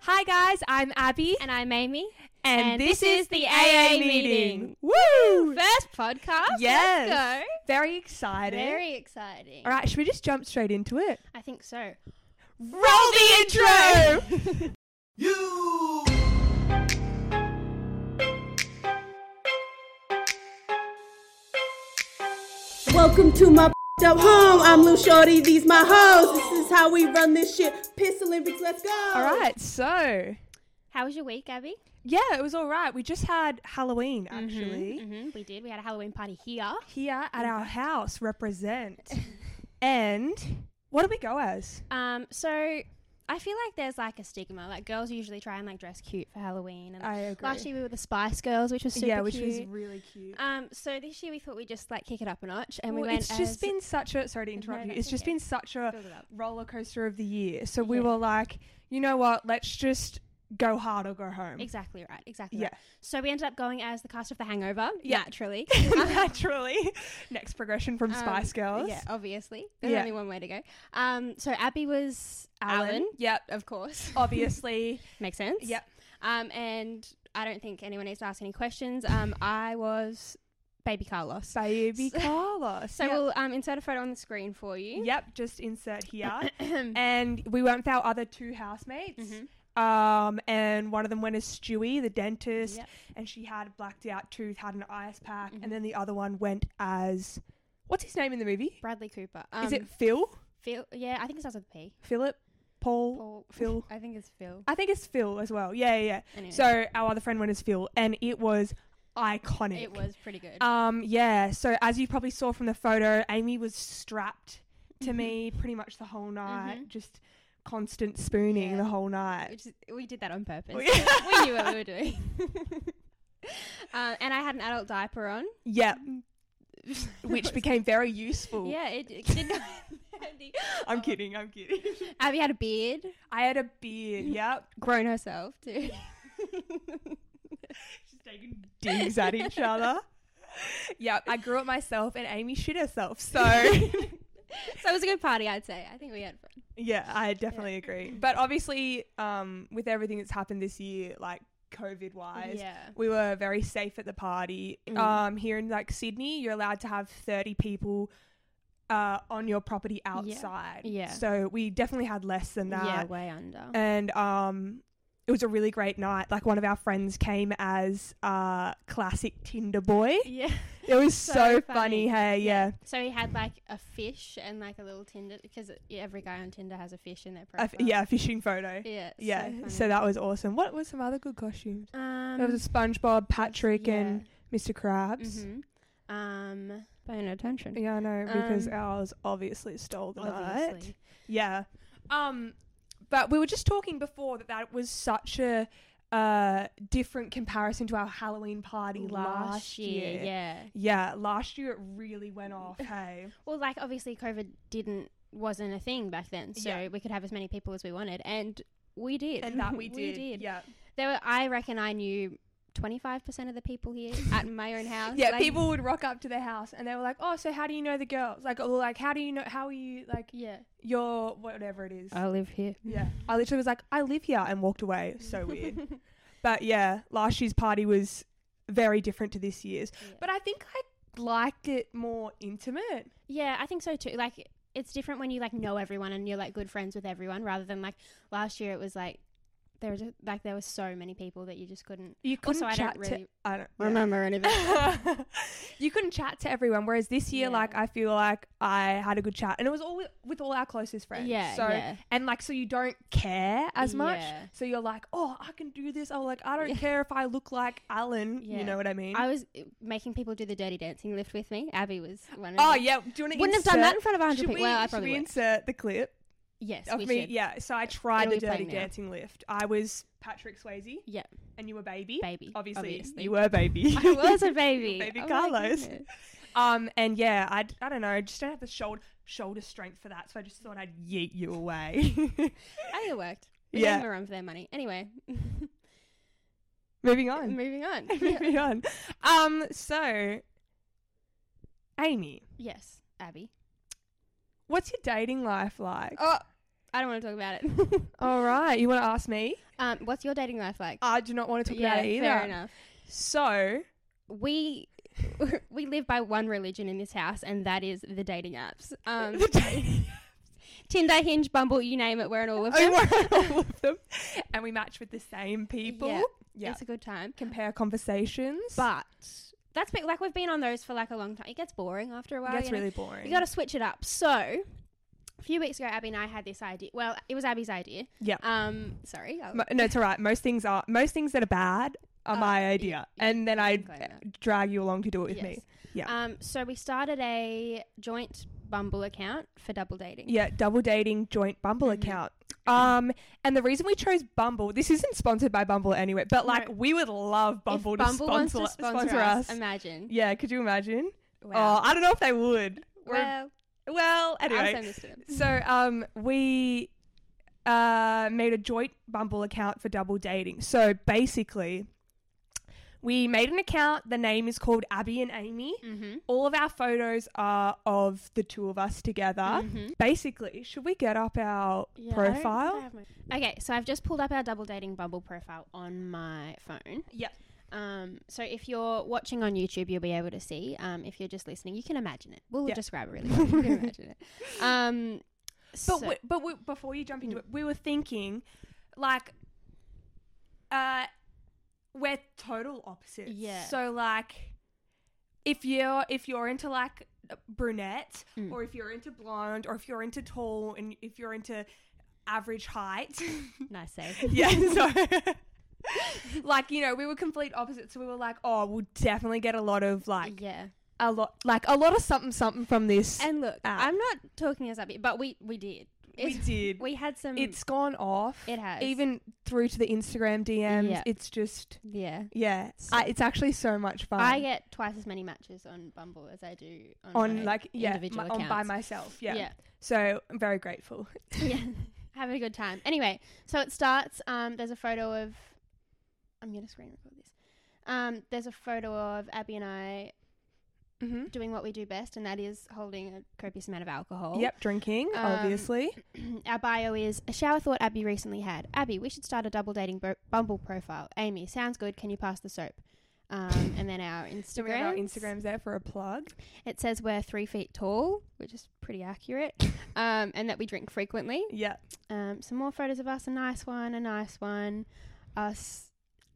Hi guys, I'm Abby, And I'm Amy. and, and this is the AA meeting. Woo! First podcast. Yes. Let's Very go. excited. Very exciting. All right, should we just jump straight into it? I think so. Roll the intro. You. Welcome to my up home. I'm Lou Shorty. These my hoes. This is how we run this shit. Piss Olympics. Let's go. all right, so How was your week, Abby? yeah, it was all right. We just had Halloween actually hmm we did. We had a Halloween party here. here at Mm-hmm. our house. Represent. and what do we go as? Um, so I feel like there's like a stigma. Like girls usually try and like dress cute for Halloween. And I agree. last year we were the Spice Girls, which was super yeah, which was cute. really cute. um, so this year we thought we'd just like kick it up a notch, and we Well, went. it's as just been such a sorry to interrupt you. that's It's just okay. been such a Build it up. roller coaster of the year. So we Yeah. were like, you know what? Let's just go hard or go home. exactly right. Exactly. Yeah. Right. So we ended up going as the cast of The Hangover. Yeah. Naturally. naturally. Next progression from Um, Spice Girls. Yeah, obviously. There's Yeah. only one way to go. Um, so Abby was Alan, Yep. of course. Obviously. Makes sense. Yep. Um, and I don't think anyone needs to ask any questions. Um, I was baby Carlos. So, Baby Carlos. yep. we'll um, insert a photo on the screen for you. Mm-hmm. Yep, just insert here. and we went with our other two housemates. Um, and one of them went as Stewie, the dentist, Yep. Mm-hmm. and she had a blacked out tooth, had an ice pack, and then the other one went as what's his name in the movie? Bradley Cooper. Um, Is it Phil? Phil? Yeah, I think it starts with a P. Philip? Paul? Paul. Phil? I think it's Phil. I think it's Phil as well. Yeah, yeah. yeah. Anyway. So our other friend went as Phil, and it was iconic. It was pretty good. Um, yeah. So as you probably saw from the photo, Amy was strapped to me Mm-hmm. pretty much the whole night, just constant spooning Yeah. the whole night. Which is, we did that on purpose. We- we knew what we were doing. um, and I had an adult diaper on. Yeah. Which became very useful. Yeah, it, it did. come in handy. I'm kidding. I'm kidding. Abby had a beard, I had a beard. Yep. grown herself too. Just taking digs at each other. Yep. I grew it myself, and Amy shit herself. So. so it was a good party, I'd say. I think we had fun. Yeah, I definitely agree. But obviously, um, with everything that's happened this year, like COVID wise, Yeah. we were very safe at the party. Um, here in like Sydney, you're allowed to have 30 people uh, on your property outside. Yeah. So we definitely had less than that. Yeah, way under. And um, it was a really great night. Like one of our friends came as uh, classic Tinder boy. yeah. It was so, So funny. funny. Hey, yeah. So he had like a fish and like a little Tinder because yeah, every guy on Tinder has a fish in their A profile. f- yeah, a fishing photo. Yeah. Yeah, So, so funny. that was awesome. What were some other good costumes? um, There was a SpongeBob, Patrick, yeah. and Mr. Krabs. mhm. um, bone attention. Yeah, I know because Um, ours obviously stole the night. Obviously. Yeah. Um, but we were just talking before that that was such a uh different comparison to our Halloween party last, year. yeah. Yeah, last year it really went off. Hey. Well, like obviously COVID didn't wasn't a thing back then, so Yeah. we could have as many people as we wanted, and we did. and that we did. did. Yeah. There were, I reckon, I knew twenty five percent of the people here at my own house. Yeah, like- people would rock up to their house and they were like, "Oh, so how do you know the girls?" Like, or like, "How do you know how are you like Yeah, your whatever it is?" I live here. Yeah. I literally was like, I live here and walked away. So weird. but yeah, last year's party was very different to this year's. But I think I liked it more intimate. Yeah, I think so too. Like, it's different when you like know everyone and you're like good friends with everyone, rather than like last year. It was like there was just, like there were so many people that you just couldn't. You couldn't also, chat I don't really to I don't yeah. remember any of it. you couldn't chat to everyone, whereas this year, Yeah. like I feel like I had a good chat, and it was all with, with all our closest friends. Yeah, So yeah. and like so you don't care as much. Yeah. So you're like, oh, I can do this. Oh, like I don't care if I look like Alan. You Yeah. know what I mean? I was uh, making people do the dirty dancing lift with me. Abby was one of oh them. yeah. Do you want to Wouldn't have done insert- that in front of a hundred Should people. we, well, I should probably we would. insert the clip? Yes, of we me. should. Yeah. So I tried the It'll be Dirty playing now. Dancing lift. I was Patrick Swayze. Yeah. And you were baby. Baby, Obviously, obviously. you were baby. I was a baby. Oh Baby my Carlos. goodness. um. And yeah, I I don't know. I just don't have the shoulder shoulder strength for that. So I just thought I'd yeet you away. I think it worked. We Yeah. yeah. them a run for their money. Anyway, Moving on. moving on. Yeah. Moving on. Um. So, Amy, Yes, Abby. what's your dating life like? Oh, I don't want to talk about it. All right. You want to ask me? um, what's your dating life like? I do not want to talk yeah, about it either. fair enough. So, We we live by one religion in this house, and that is the dating apps. Um, Tinder, Hinge, Bumble, you name it, we're in all of I them. want Oh, all of them, and we match with the same people. Yeah. Yeah. It's a good time. Compare conversations. But that's been, like we've been on those for like a long time. It gets boring after a while. it gets you know? really boring. You got to switch it up. So, a few weeks ago, Abby and I had this idea. Well, it was Abby's idea. Yeah. Um. Sorry. I'll- Mo- no, it's all right. Most things are most things that are bad are Uh, my yeah, idea, yeah, and then you I can claim that. drag you along to do it with me. Yes. Yeah. Um. So we started a joint Bumble account for double dating. yeah, double dating joint Bumble Mm-hmm. account. Um, and the reason we chose Bumble, this isn't sponsored by Bumble anyway, but like No. we would love If Bumble, to Bumble wants sponsor, to sponsor, us, Imagine. yeah, could you imagine? Wow. Oh, I don't know if they would. We're- well, well, anyway, I'll send this to them. So um, we uh, made a joint Bumble account for double dating. So basically, we made an account. The name is called Abby and Amy. Mm-hmm. All of our photos are of the two of us together. Basically, should we get up our profile? Okay, so I've just pulled up our double dating Bumble profile on my phone. Yeah. Um, so if you're watching on YouTube, you'll be able to see. Um, if you're just listening, you can imagine it. We'll Yeah. describe it really well. You can imagine it. Um, But so- Mm. we, but we, before you jump into it, we were thinking, like, uh, we're total opposites. Yeah. So like, if you're if you're into like brunette, Mm. or if you're into blonde, or if you're into tall, and if you're into average height, nice save. yeah. So. like you know we were complete opposites so we were like oh we'll definitely get a lot of like yeah. a lot like a lot of something something from this And look, app. I'm not talking us up, here, but we Ah. we did. we It's- did We had some. it's gone off. It has. Even through to the Instagram DMs. Yeah. It's just, yeah. yeah. So- I, it's actually so much fun. I get twice as many matches on Bumble as I do on, on my like, yeah, my, individual on by accounts. myself. Yeah. yeah. So I'm very grateful. yeah having a good time anyway so it starts um there's a photo of i'm gonna screen record this um there's a photo of abby and i Mm-hmm. doing what we do best and that is holding a copious amount of alcohol Yep, drinking, Um, obviously. our bio is a shower thought abby recently had abby we should start a double dating bro- bumble profile amy sounds good can you pass the soap um, and then our So we have our Instagram. Instagrams there for a plug. It says we're three feet tall, which is pretty accurate, um, and that we drink frequently. Yeah. Um, some more photos of us. A nice one. A nice one. Us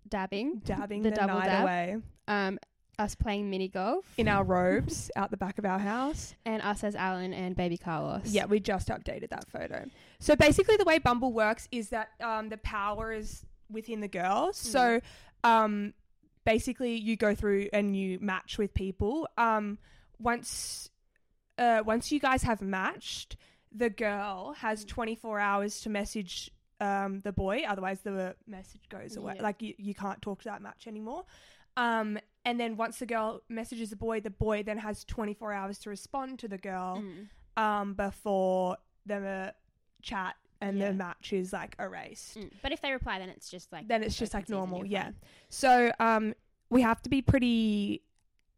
dabbing. Dabbing the, The double night dab. away Um, us playing mini golf. in our robes out the back of our house. and us as Alan and baby Carlos. Yeah, we just updated that photo. So basically, the way Bumble works is that um, the power is within the girl. So um, basically, you go through and you match with people. Um, once uh, once you guys have matched, the girl has 24 hours to message um, the boy. Otherwise, the message goes away. Yeah. Like you, you can't talk that much anymore. Um, and then once the girl messages the boy, the boy then has 24 hours to respond to the girl Mm. um before the chat and Yeah. the match is like erased. Mm. But if they reply, then it's just like Then it's just open like season, normal, you're yeah. fine. So um we have to be pretty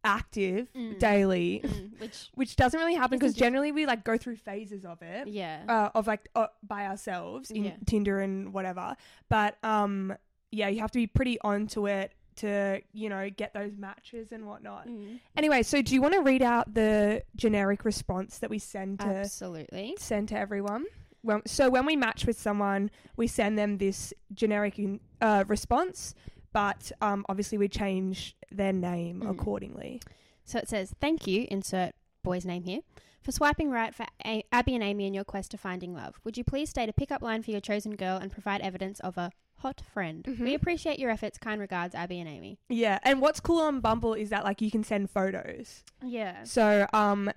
active Mm. daily, Mm, Which which doesn't really happen Isn't because diff- generally we like go through phases of it. yeah. Uh, of like uh, by ourselves in Yeah. Tinder and whatever, but um, yeah, you have to be pretty onto it to you know get those matches and whatnot. Mm. Anyway, so do you want to read out the generic response that we send to Absolutely. send to everyone. When, so when we match with someone, we send them this generic in- uh, response, but um, obviously we change their name Mhm. accordingly. So it says, Thank you, insert boy's name here, for swiping right for a- Abby and Amy in your quest to finding love. Would you please state a pickup line for your chosen girl and provide evidence of a hot friend? Mm-hmm. We appreciate your efforts. Kind regards, Abby and Amy. Yeah, and what's cool on Bumble is that like you can send photos. Yeah. So um,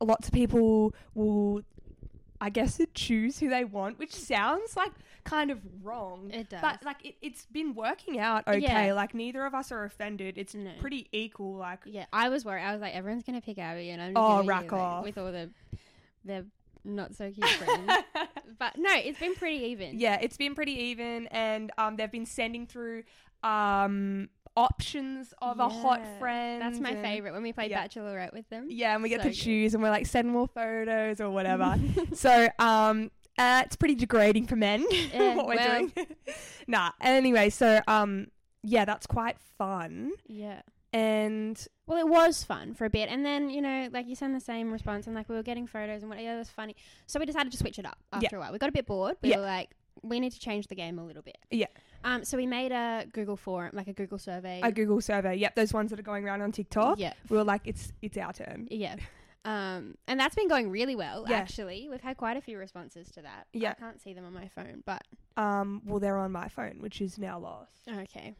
lots of people will I guess, to choose who they want, which sounds like kind of wrong. It does. But like it, it's been working out okay. Yeah. Like neither of us are offended. It's No. pretty equal. Like Yeah, I was worried. I was like, everyone's gonna pick Abby, and I'm just Oh, gonna be, rack like, off. with all the the not so cute friends. but no, it's been pretty even. yeah, it's been pretty even, and um, they've been sending through um options of a hot Yeah. friend. That's my and- favorite when we play yeah. Bachelorette with them. Yeah, and we get So to choose, and we're like, send more photos or whatever. so, um, uh, it's pretty degrading for men Yeah, what we're well. doing. nah. Anyway, so um, yeah, that's quite fun, Yeah. and Well, it was fun for a bit, and then you know, like you send the same response, and like we were getting photos and whatever. It was funny, so we decided to switch it up after a while. We got a bit bored. We Yeah. were like, we need to change the game a little bit. Yeah. Um. So we made a Google form, like a Google survey. a Google survey. Yep, those ones that are going around on TikTok. Yeah. We were like, it's it's our turn. Yeah. Um, and that's been going really well, Yeah. actually. We've had quite a few responses to that. Yeah. I can't see them on my phone, but Um, well, they're on my phone, which is now lost. okay.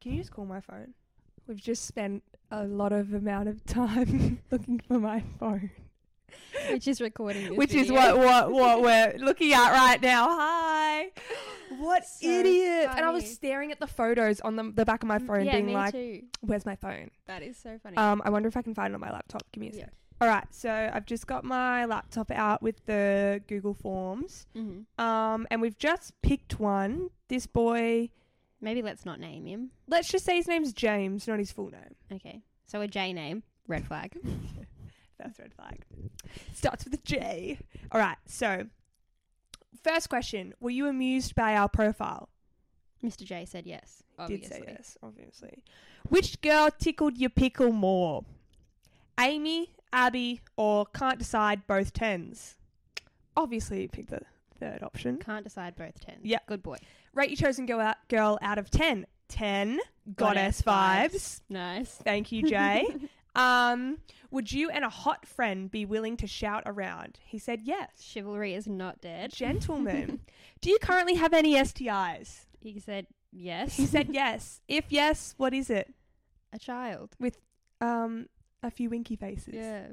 Can you just call my phone? We've just spent a lot of amount of time looking for my phone, Which is recording this which is video. what what what we're looking at right now. Hi, what So idiots! And I was funny. staring at the photos on the, the back of my phone, Mm, yeah, being me like, too. "Where's my phone? That is so funny. Um, I wonder if I can find it on my laptop. Give me a Yeah. sec." All right, so I've just got my laptop out with the Google Forms, hmm um, and we've just picked one. This boy, Maybe let's not name him. let's just say his name's James, not his full name. Okay. So a J name, red flag. First red flag. Starts with a J. All right. So, first question: Were you amused by our profile? Mr. J said yes. Obviously. Did say yes, obviously. Which girl tickled your pickle more? Amy, Abby, or can't decide? Both tens. Obviously, pick the third option. Can't decide both tens. Yeah. Good boy. Rate your chosen girl out, girl out of ten. Ten. Goddess, vibes. Goddess Nice. Thank you, Jay. um, would you and a hot friend be willing to shout around? He said yes. Chivalry is not dead. Gentlemen, do you currently have any STIs? He said yes. He said yes. If yes, what is it? a child. Um, a few winky faces. Yeah.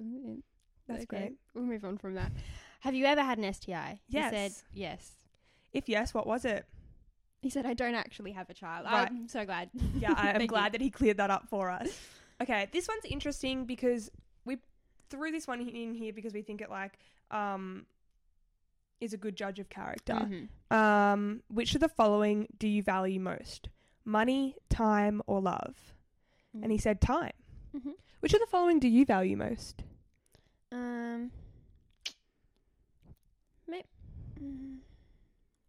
that's great. We'll move on from that. Have you ever had an STI? He said Yes. yes. If yes, what was it? He said I don't actually have a child. Right. I'm so glad. Yeah, I Thank am you. glad that he cleared that up for us. Okay, this one's interesting because we threw this one in here because we think it like um is a good judge of character. Mhm. Um, which of the following do you value most? Money, time, or love? And he said time. Mhm. Which of the following do you value most? Um. Maybe.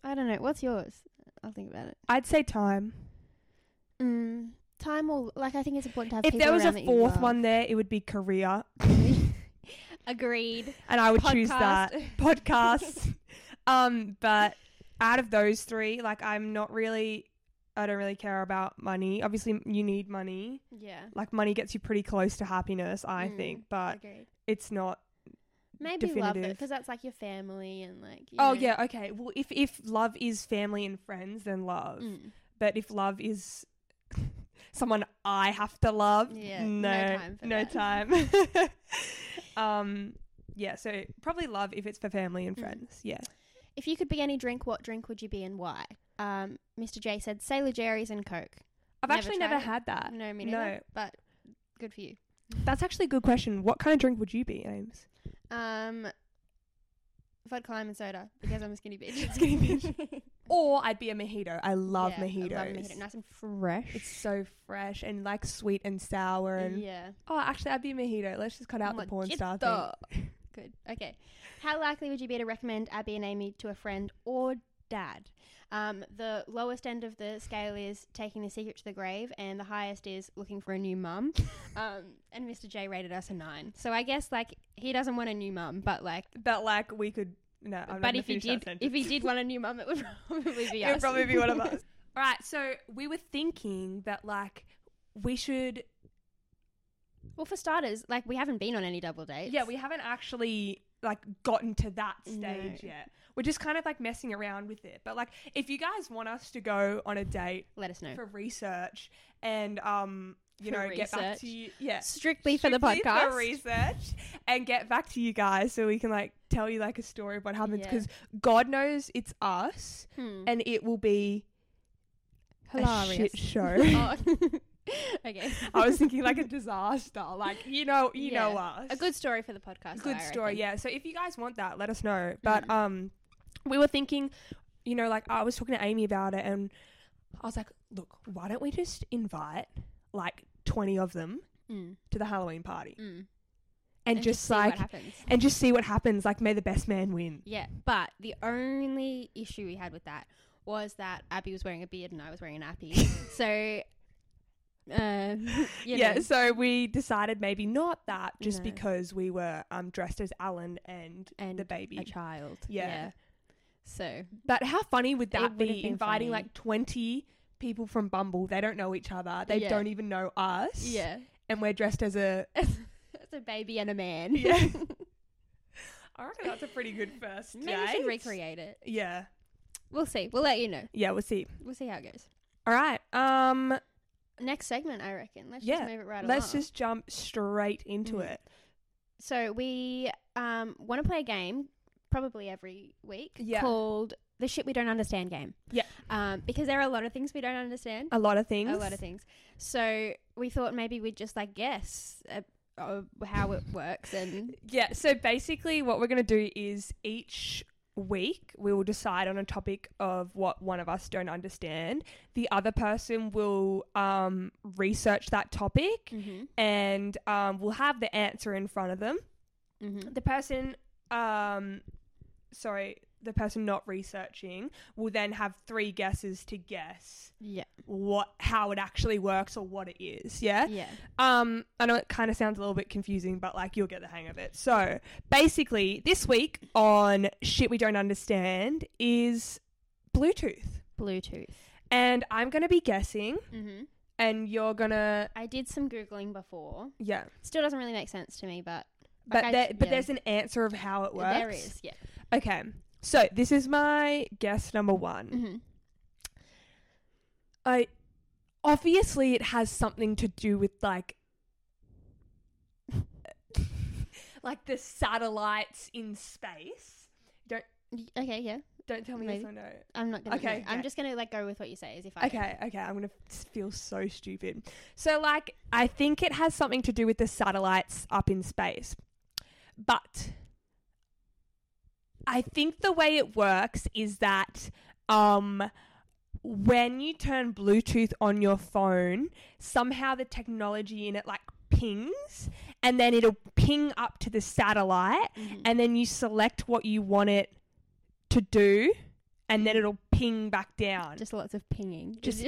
I don't know. What's yours? I'll think about it. I'd say time. Mm. Time or like I think it's important to have. If people there was around a that you fourth love. one there, it would be career, agreed. and I would choose Podcast. that podcasts. um, but out of those three, like I'm not really, I don't really care about money. Obviously, you need money. Yeah. Like money gets you pretty close to happiness, I Mm, think, but Agreed. it's not. Maybe love it definitive. because that's like your family and like. You Oh know. yeah, okay. Well, if if love is family and friends, then love. Mm. But if love is someone I have to love, Yeah, no, no no time. time for that. um, yeah. So probably love if it's for family and Mm. friends. Yeah. If you could be any drink, what drink would you be and why? Um, Mr. J said Sailor Jerry's and Coke. I've Never actually tried never it? had that. No, me no. neither. But good for you. That's actually a good question. What kind of drink would you be, Ames? Um, vodka lime and soda because I'm a skinny bitch. Skinny bitch. Or I'd be a mojito. I love Yeah, mojitos. I love mojito. Nice and fresh. It's so fresh and like sweet and sour and yeah. oh, actually, I'd be a mojito. Let's just cut out the porn star thing. thing. Good. Okay. How likely would you be to recommend Abby and Amy to a friend or dad? Um, the lowest end of the scale is taking the secret to the grave, and the highest is looking for a new mum. Um, and Mr. J rated us a nine. So I guess like he doesn't want a new mum, but like, But like we could no. I'm but if he did, if he did want a new mum, it would probably be us. it would probably be one of us. All right, so we were thinking that like we should. Well, for starters, like we haven't been on any double dates. Yeah, we haven't actually like gotten to that stage No. yet. We're just kind of like messing around with it. But like, if you guys want us to go on a date let us know. for research and um you For know, get back research. to you. Yeah. Strictly for the strictly podcast. For research and get back to you guys so we can like tell you like a story of what happens Yeah. because God knows it's us Hmm. and it will be a Hilarious. shit show. Oh. okay. I was thinking like a disaster. Like you know, you know us. A good story for the podcast. good though, I story. reckon. Mm-hmm. Yeah. So if you guys want that, let us know. But um, we were thinking, you know, like I was talking to Amy about it, and I was like, look, why don't we just invite like twenty of them Mm. to the Halloween party Mm. and, just, see like what happens. and just see what happens. Like, may the best man win. Yeah, but the only issue we had with that was that Abby was wearing a beard and I was wearing an appy. so, um, you yeah. know, So we decided maybe not that, just No. because we were um dressed as Alan and, and the baby. a child. Yeah. So But how funny would that would've be? been Inviting funny. like twenty people from Bumble. They don't know each other. They Yeah. don't even know us. yeah, and we're dressed as a. it's a baby and a man. Yeah. I reckon that's a pretty good first Maybe we should recreate it. Yeah, We'll see. We'll let you know. yeah, we'll see. We'll see how it goes. All right, um, Next segment, I reckon. Let's Yeah. just move it right let's along. just jump straight into Mm. it. So we um want to play a game probably every week Yeah. called the shit we don't understand game. Yeah. Um, because there are a lot of things we don't understand. A lot of things. a lot of things. So we thought maybe we'd just like guess uh, uh, how it works and Yeah. So basically, what we're gonna do is each week we will decide on a topic of what one of us don't understand. The other person will um, research that topic, Mm-hmm. and um, we'll have the answer in front of them. Mm-hmm. the person um sorry the person not researching will then have three guesses to guess yeah, what how it actually works or what it is yeah, yeah, um i know it kind of sounds a little bit confusing but like you'll get the hang of it so basically this week on shit we don't understand is bluetooth Bluetooth. and i'm gonna be guessing Mm-hmm. and you're gonna I did some googling before. yeah Still doesn't really make sense to me, but but I- there, but yeah. there's an answer of how it works there is yeah. okay so this is my guess number one Mm-hmm. I obviously it has something to do with like like the satellites in space. Don't Okay, yeah. don't tell me Maybe. yes or no. I'm not gonna. Okay, Okay, I'm yeah. just gonna like go with what you say as if I Okay, okay, I'm gonna s- feel so stupid. So like I think it has something to do with the satellites up in space. But I think the way it works is that um when you turn Bluetooth on your phone, somehow the technology in it like pings and then it'll ping up to the satellite Mhm. and then you select what you want it to do and then it'll ping back down Just lots of pinging. Just-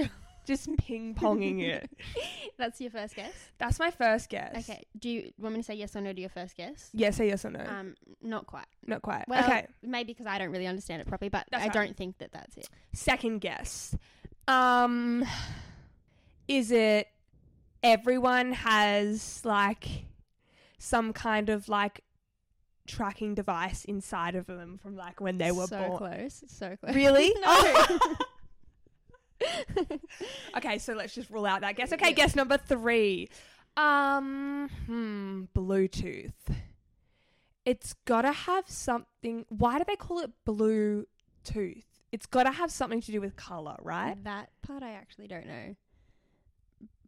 just ping ponging it. that's your first guess. That's my first guess. Okay. Do you want me to say yes or no to your first guess? Yeah, say yes or no. Um, not quite. Not quite. Well, okay. maybe because I don't really understand it properly, but That's I right. don't think that that's it. Second guess. Um, is it everyone has like some kind of like tracking device inside of them from like when they were so born? close, so close. Really? no. Okay, so let's just rule out that guess. Okay, Yeah. guess number three. Um, hmm, Bluetooth. It's gotta have something. Why do they call it Bluetooth? It's gotta have something to do with color, right? that part I actually don't know.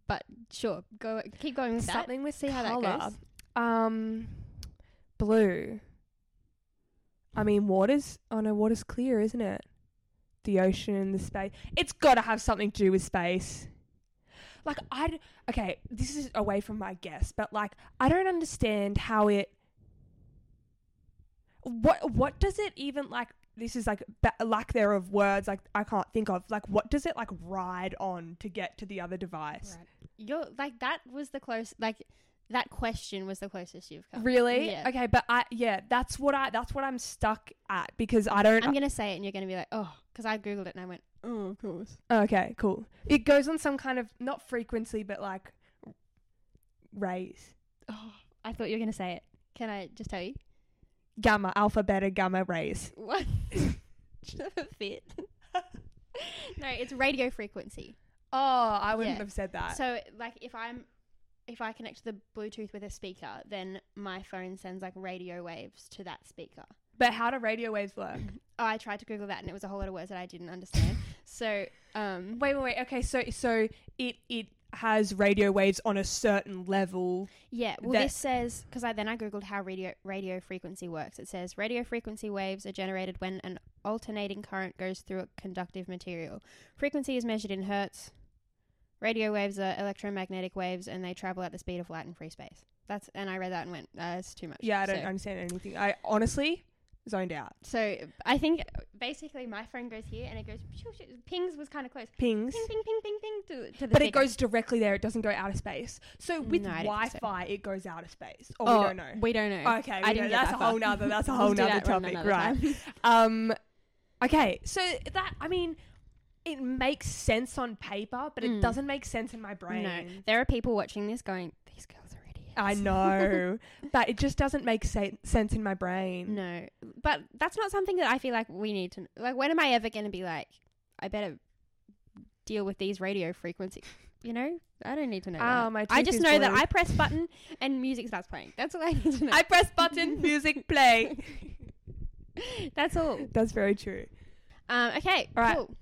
But sure, go keep going with that. something with See how that color. goes. Um, blue. I mean, water's. Oh no, water's clear, isn't it? The ocean, the space. It's got to have something to do with space. Like I. d- Okay, this is away from my guess, but like I don't understand how it. What what does it even like? This is like ba- lack thereof words. Like I can't think of like what does it like ride on to get to the other device? Right. You're like that was the close like that question was the closest you've come. Really? Yeah. Okay, but I yeah, that's what I that's what I'm stuck at because I don't. I'm gonna say it, and you're gonna be like, oh, because I googled it and I went, oh, of course. uh, okay, cool. It goes on some kind of not frequency, but like rays, Oh, I thought you were gonna say it. Can I just tell you? gamma, alpha, beta, gamma rays. What? fit. no, it's radio frequency. Oh, I wouldn't Yeah. have said that. So, like, if I'm if I connect the Bluetooth with a speaker, then my phone sends like radio waves to that speaker. But how do radio waves work? I tried to Google that and it was a whole lot of words that I didn't understand. so, um, wait, wait, wait. Okay, so so it it has radio waves on a certain level. Yeah, well, that- this says because I then I googled how radio radio frequency works. It says radio frequency waves are generated when an alternating current goes through a conductive material. Frequency is measured in hertz. Radio waves are electromagnetic waves, and they travel at the speed of light in free space. That's and I read that and went, uh, "That's too much." Yeah, I don't So- understand anything. I honestly zoned out. So, I think basically my phone goes here and it goes shoo, shoo, pings was kind of close. Pings. Ping ping ping ping ping to, to the. But it speaker. goes directly there. It doesn't go out of space. So with No, I don't think so. Wi-Fi, it goes out of space. Or Oh, we don't know. We don't know. okay, I we didn't don't- get that's that a whole far. nother. That's a We'll whole do nother that one topic, another right? time. Um, okay, so that I mean, it makes sense on paper, but it Mm. doesn't make sense in my brain. No, there are people watching this going, these girls are idiots. I know, but it just doesn't make se- sense in my brain. No, but that's not something that I feel like we need to. Like, when am I ever going to be like, I better deal with these radio frequencies? You know, I don't need to know. Ah, that. my I tooth just is know that blue. I press button and music starts playing. That's all I need to know. I press button, music play. that's all. That's very true. Um, okay, All right. cool.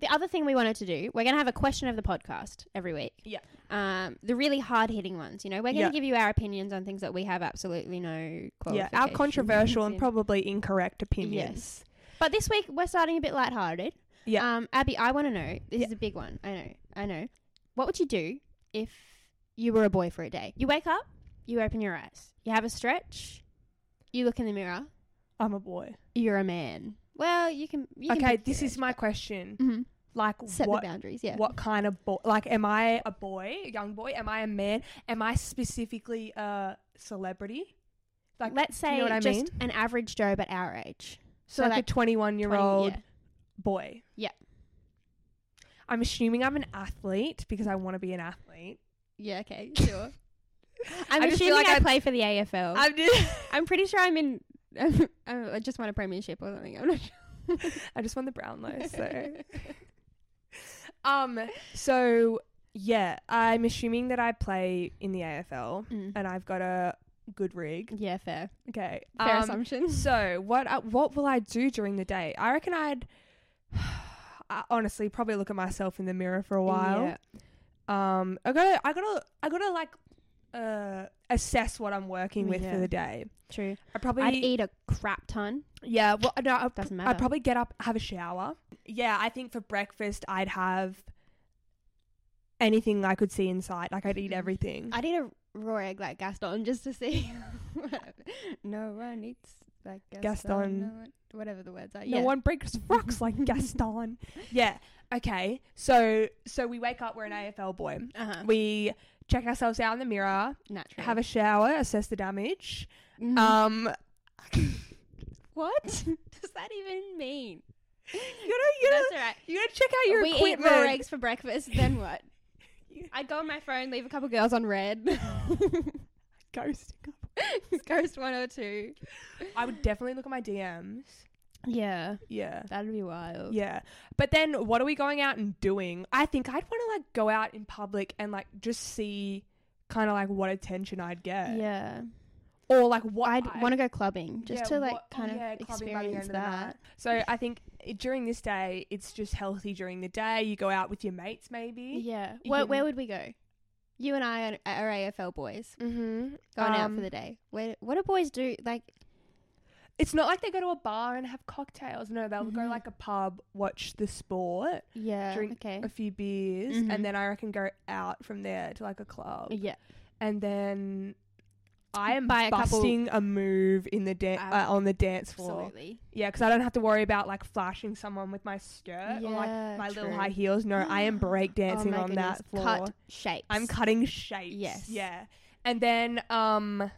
The other thing we wanted to do, we're going to have a question of the podcast every week. Yeah. Um, the really hard hitting ones. You know, we're going to Yeah. give you our opinions on things that we have absolutely no. Yeah, our qualifications controversial and in. probably incorrect opinions. Yes. But this week we're starting a bit lighthearted. Yeah. Um, Abby, I want to know. This Yeah. is a big one. I know. I know. What would you do if you were a boy for a day? You wake up, you open your eyes, you have a stretch, you look in the mirror, I'm a boy. you're a man. Well, you can. You okay, this is my question. hmm Like, set what the boundaries. Yeah. what kind of boy like am i a boy a young boy am i a man am i specifically a celebrity like Let's you say know what I just mean? an average Joe, but our age. so like, a 21 year 20 old yeah. boy Yeah. i'm assuming i'm an athlete because i want to be an athlete Yeah. Okay. Sure. I'm I just feel assuming like I I'd- play for the AFL. i'm just I'm pretty sure I'm in. I'm, I just won a premiership or something. I'm not sure. i just won the brownlow so um so yeah i'm assuming that i play in the afl Mm. and i've got a good rig Yeah, fair. okay Fair um, assumptions. So what I, what will I do during the day? I reckon I'd I honestly probably look at myself in the mirror for a while. Um, I gotta I gotta I gotta like uh assess what I'm working with Yeah. for the day. true. I probably I'd eat a crap ton. yeah. Well, no, I, Doesn't I'd matter. probably get up have a shower. Yeah, I think for breakfast I'd have anything I could see inside. Like I'd eat Mm. everything. I'd eat a raw egg like Gaston just to see. no one eats like Gaston. Gaston. no one- whatever the words are. No yeah. one breaks rocks like Gaston. yeah. Okay. So so we wake up. We're an AFL boy. Uh-huh. We check ourselves out in the mirror, Naturally. have a shower, assess the damage. Mhm. Um, what does that even mean? you know, you That's know, all right. you gotta check out your we equipment. eat raw eggs for breakfast. Then what? I'd go on my phone, leave a couple girls on red. Ghost. Ghost one or two. I would definitely look at my DMs. Yeah, Yeah. that'd be wild. Yeah. But then what are we going out and doing? I think I'd want to like go out in public and like just see kind of like what attention I'd get. Yeah. Or like what I'd I- want to go clubbing just Yeah, to like what- oh kind of yeah, clubbing by the experience end of the that. night. So I think i- during this day, it's just healthy during the day. You go out with your mates, maybe. Yeah. You Where, can- where would we go? You and I are, are AFL boys Mm-hmm. going out for the day. Where, what do boys do? Like, It's not like they go to a bar and have cocktails. No, they'll go Mhm. like a pub, watch the sport, yeah. Drink okay. a few beers, Mhm. and then I reckon go out from there to like a club. Yeah. And then I am Buy a couple- busting a move in the dan- Ab- uh, on the dance floor. Absolutely. Yeah, because I don't have to worry about like flashing someone with my skirt or Yeah, like my little true. Oh high heels. No, I am break dancing my on goodness. that floor. Cut shapes. I'm cutting shapes. Yes. Yeah. And then um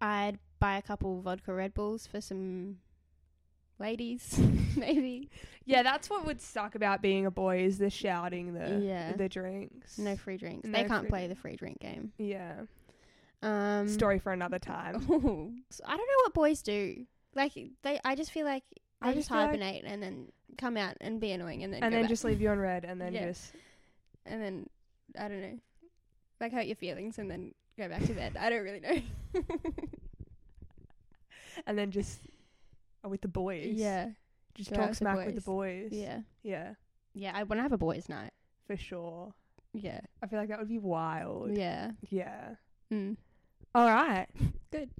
I'd buy a couple vodka Red Bulls for some ladies, maybe. yeah, that's what would suck about being a boy is the shouting, the Yeah. the drinks. No free drinks. No they can't free play drinks. the free drink game. Yeah. Um, Story for another time. So I don't know what boys do. Like they, I just feel like I they just just feel like- hibernate and then come out and be annoying and then and go then back. just leave you on red and then Yeah. just and then I don't know. like hurt your feelings and then go back to bed. I don't really know. and then just uh, with the boys. yeah, Just go out talk with the smack with the boys. yeah, Yeah. yeah. I want to have a boys' night. For sure. Yeah, I feel like that would be wild. yeah. Yeah. Mm. All right. Good.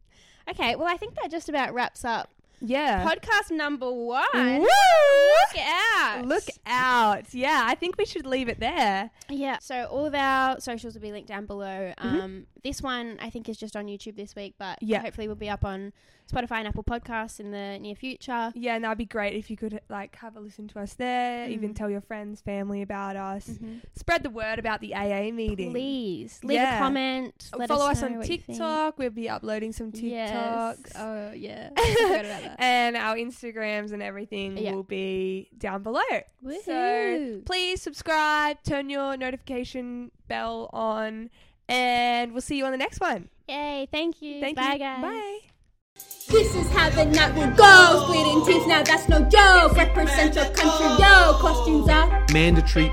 Okay, well, I think that just about wraps up Yeah. podcast number one. Uh, Woo! Look out! Look out. Yeah, I think we should leave it there. Yeah. So all of our socials will be linked down below. Um, this one I think is just on YouTube this week, but Mm-hmm. Yeah. hopefully we'll be up on Spotify and Apple Podcasts in the near future. Yeah, and that'd be great if you could like have a listen to us there, even Mm. tell your friends, family about us. Spread the word about the AA meeting. Mm-hmm. Please leave a Yeah. Uh, comment. let Follow us, know on what you think. TikTok. We'll be uploading some TikToks. Yes. Oh yeah. I forgot about that. and our Instagrams and everything Yeah. will be down below. So Woohoo. please subscribe, turn your notification bell on, and we'll see you on the next one. Yay! Thank you. Thank Bye you. guys. Bye. This is how the night will go. Bleeding teeth, now that's no joke. Represent your country, yo. Costumes are mandatory